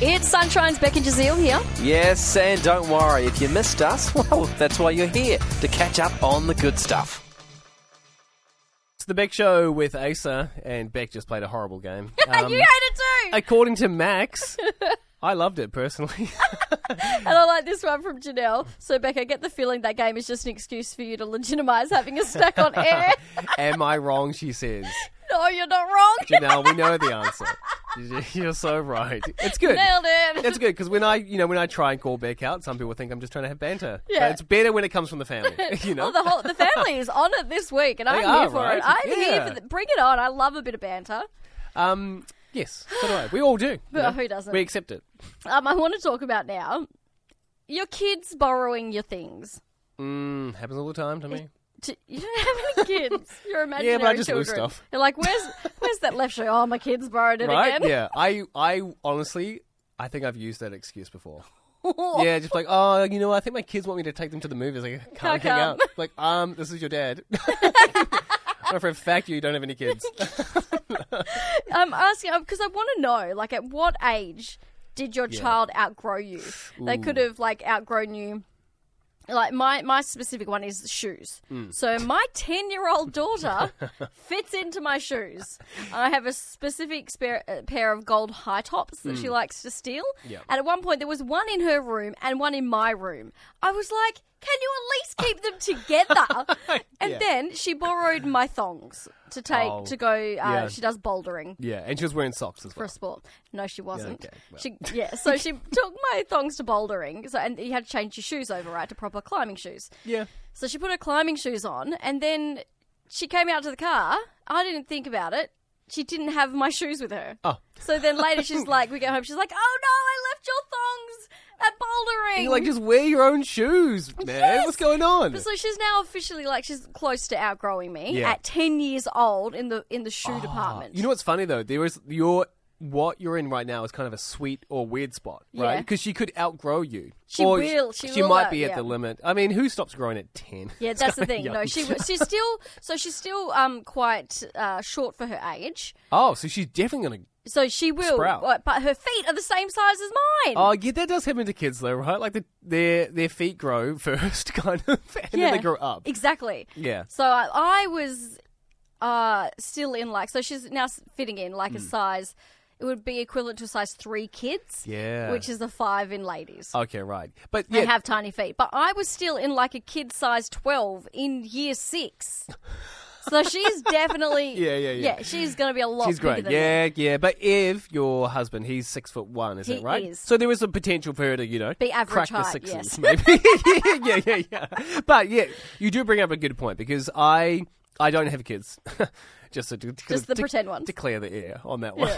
It's Sunshine's Becky Jazeel here. Yes, and don't worry, if you missed us, well, that's why you're here, to catch up on the good stuff. It's the Beck Show with Asa, and Beck just played a horrible game. Um, you hate it too! according to Max, I loved it personally. and I like this one from Janelle. So, Becca, I get the feeling that game is just an excuse for you to legitimise having a snack on air. Am I wrong? She says. no, you're not wrong. Janelle, we know the answer. You're so right. It's good. Nailed it. It's good because when I, you know, when I try and call Beck out, some people think I'm just trying to have banter. Yeah. But it's better when it comes from the family. You know. Well, the whole the family is on it this week, and I'm here are, for right? it. I'm here Yeah. for the, bring it on. I love a bit of banter. um. Yes. So do I. We all do. you Well, know? who doesn't? We accept it. Um, I want to talk about now your kids borrowing your things. Mm, happens all the time to me. T- You don't have any kids. You're imaginary I just children. lose stuff. You're like, where's where's that left shoe? Oh, my kids borrowed it Right? again. Yeah. I. I honestly. I think I've used that excuse before. Yeah, just like, oh, you know, I think my kids want me to take them to the movies. Like, I can't, Can't hang come. out. Like, um, this is your dad. Not for a fact you don't have any kids. I'm asking because I want to know, like, at what age did your child outgrow you? They could have like outgrown you. Like my my specific one is shoes. Hmm. So my ten year old daughter fits into my shoes. I have a specific spare, uh, pair of gold high tops that Hmm. she likes to steal. Yep. And at one point there was one in her room and one in my room. I was like, can you at least keep them together? and Yeah. then she borrowed my thongs to take Oh. to go. Uh, Yeah. She does bouldering Yeah, and she was wearing socks as for well. a sport. No, she wasn't. okay, well. She yeah. So she took my thongs to bouldering. So and you had to change your shoes over, right, to proper climbing shoes. Yeah. So she put her climbing shoes on, and then she came out to the car. I didn't think about it. She didn't have my shoes with her. Oh. So then later she's like, we get home. She's like, oh no, I left your thongs at bouldering. You're like, just wear your own shoes, man. What's going on? so she's now officially like she's close to outgrowing me Yeah. Ah, at ten years old in the in the shoe department. You know what's funny though? There is your what you're in right now is kind of a sweet or weird spot, right? Yeah. Because she could outgrow you. She or will, she will might out- be at yeah. the limit. I mean, who stops growing at ten? Yeah, that's the thing. No, young. she was- she's still so she's still um quite uh, short for her age. Oh, so she's definitely gonna. So she will, Sprout. but- but her feet are the same size as mine. Oh, yeah, that does happen to kids though, right? Like the, their their feet grow first, kind of, and then they grow up. Exactly. Yeah. So I, I was uh still in like so she's now s- fitting in like a Hmm. size. It would be equivalent to a size three kids. Yeah. Which is a five in ladies. Okay, right. But They yeah, have tiny feet, but I was still in like a kid size 12 in year six. So she's definitely. Yeah, yeah, yeah. she's going to be a lot She's bigger great. than me. Yeah, yeah. But if your husband, he's six foot one, is He it right? is. So there is a potential for her to, you know, Be average crack the height, sixes, yes. maybe. yeah, yeah, yeah. But yeah, you do bring up a good point because I I don't have kids. Just, to, to, Just the pretend ones. To clear the air on that one.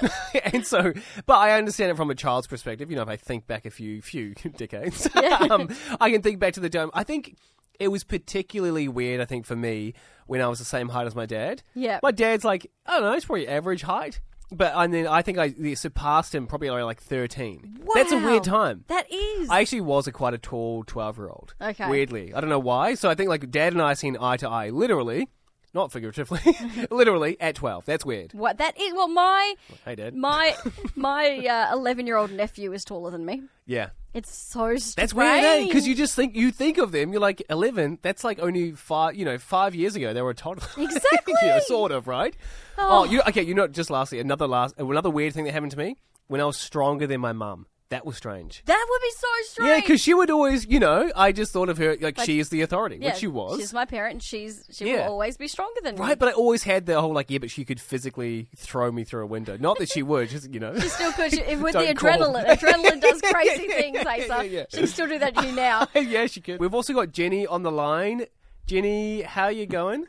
and so, but I understand it from a child's perspective. You know, if I think back a few few decades, um, I can think back to the dome. I think it was particularly weird. I think for me when I was the same height as my dad. Yeah. My dad's like, I don't know, it's probably average height. But and then I think I surpassed him probably only like thirteen. That's a Wow. weird time. That is. I actually was a quite a tall twelve year old. Okay. Weirdly, I don't know why. So I think like dad and I seen eye to eye, literally, not figuratively, literally at twelve. That's weird. what that is? Well, my Hey, Dad. my my uh, eleven-year-old nephew is taller than me. yeah. It's so strange. That's weird, eh? Because you just think you think of them. You're like eleven. That's like only five. You know, five years ago they were a toddler. Exactly. you know, sort of, right? Oh, you okay? You know, just lastly, another last, another weird thing that happened to me when I was stronger than my mum. That was strange. that would be so strange. Yeah, because she would always, you know, I just thought of her like, she is the authority, Yeah, which she was. She's my parent, and she's she Yeah. will always be stronger than me. Right, but I always had the whole like, yeah, but she could physically throw me through a window. Not that she would, just you know. She still could. She, with the Don't call. adrenaline, adrenaline does crazy things, Asa. yeah, yeah. She can still do that to you now. yeah, she could. We've also got Jenny on the line. Jenny, how you going?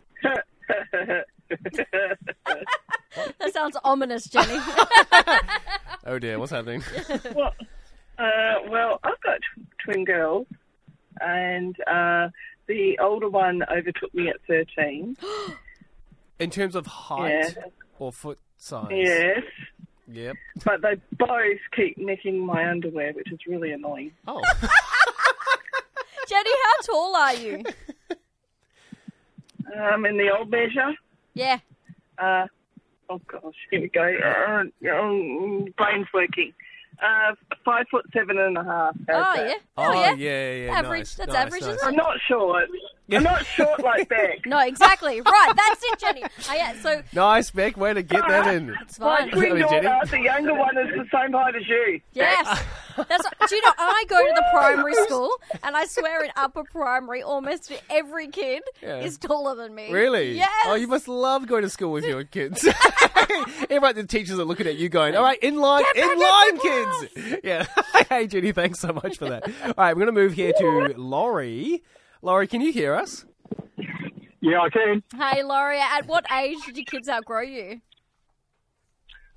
That sounds ominous, Jenny. Oh dear, what's happening? Well, uh, well, I've got tw- twin girls, and uh, the older one overtook me at 13. In terms of height Yeah. or foot size. Yes, Yep. but they both keep nicking my underwear, which is really annoying. Oh. Jenny, how tall are you? Um, in the old measure, Yeah. uh, oh gosh, here we go. Uh, um, brain's working. Uh, five foot seven and a half. How's Oh that? yeah. Oh, yeah. yeah, yeah, Average. nice, That's nice, average, nice. isn't I'm it? not short. I'm not short like that. No, exactly. right. That's it, Jenny. Oh, yeah. So Nice, Beck. Way to get that in. it's My fine. twin Hello, Jenny. daughter, the younger one, is the same height as you. Yes. That's what- do you know I go to the primary school and I swear in upper primary almost every kid Yeah. is taller than me. Really? Yes. Oh, you must love going to school with your kids. Everyone, the teachers are looking at you going, all right, in line, in line, kids. Yeah. hey, Judy, thanks so much for that. All right, we're going to move here to Laurie. Laurie, can you hear us? Yeah, I can. Hey Lauria, at what age did your kids outgrow you?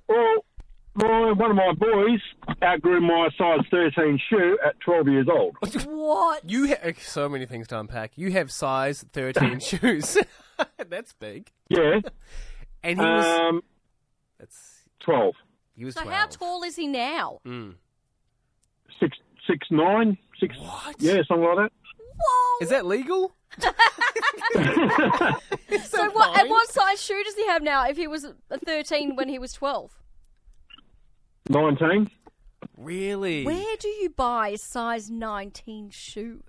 Well, my, one of my boys outgrew my size 13 shoe at 12 years old. What? You have so many things to unpack. You have size 13 shoes. That's big. Yeah, And he was, Uh, um, that's, 12. he was So 12. how tall is he now? Mm. Six, six, nine, six. What? Yeah, something like that. Whoa! Is that legal? so what? And what size shoe does he have now? If he was a thirteen when he was twelve, 19. Really? where do you buy a size nineteen shoe?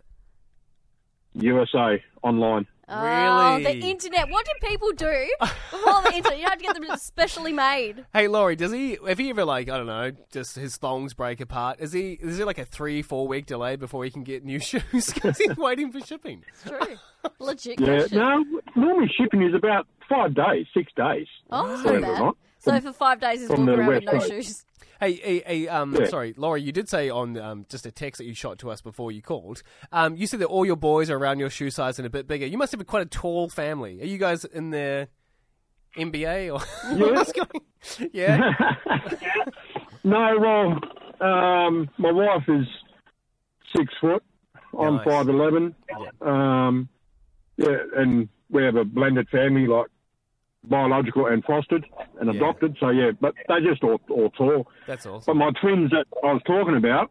USA online. Oh, the Really? internet. What do people do before the internet? You have to get them specially made. Hey Laurie, does he have he ever like I don't know, just his thongs break apart? Is he is there like a three four week delay before he can get new shoes because he's waiting for shipping? It's true. Legit. Yeah, question. no, normally shipping is about five days, six days. Oh, that's Believe not it or bad. not. So for five days, he's walking From the around with no website. shoes. Hey, hey, hey um, Yeah. sorry, Laurie, you did say on um, just a text that you shot to us before you called. Um, you said that all your boys are around your shoe size and a bit bigger. You must have quite a tall family. Are you guys in the NBA or what's going? Yeah, No, well, um, my wife is six foot. I'm Nice. five eleven. Um, yeah, and we have a blended family, like biological and fostered and Yeah. adopted. So yeah, but they're just all, all tall. that's But awesome. my twins that I was talking about,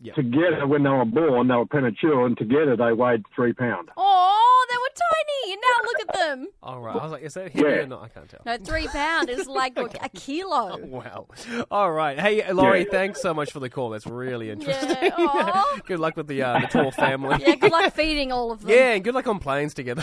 Yeah. together when they were born, they were premature, and together they weighed three pound. Oh, they were tiny, and now look at them. All right, I was like, is that him Yeah. or not? I can't tell. No, three pound is like look, a kilo. Wow. All right. Hey, Laurie, Yeah. thanks so much for the call. That's really interesting. Yeah. aw. good luck with the, uh, the tall family. Yeah. Good luck feeding all of them. Yeah, and good luck on planes together.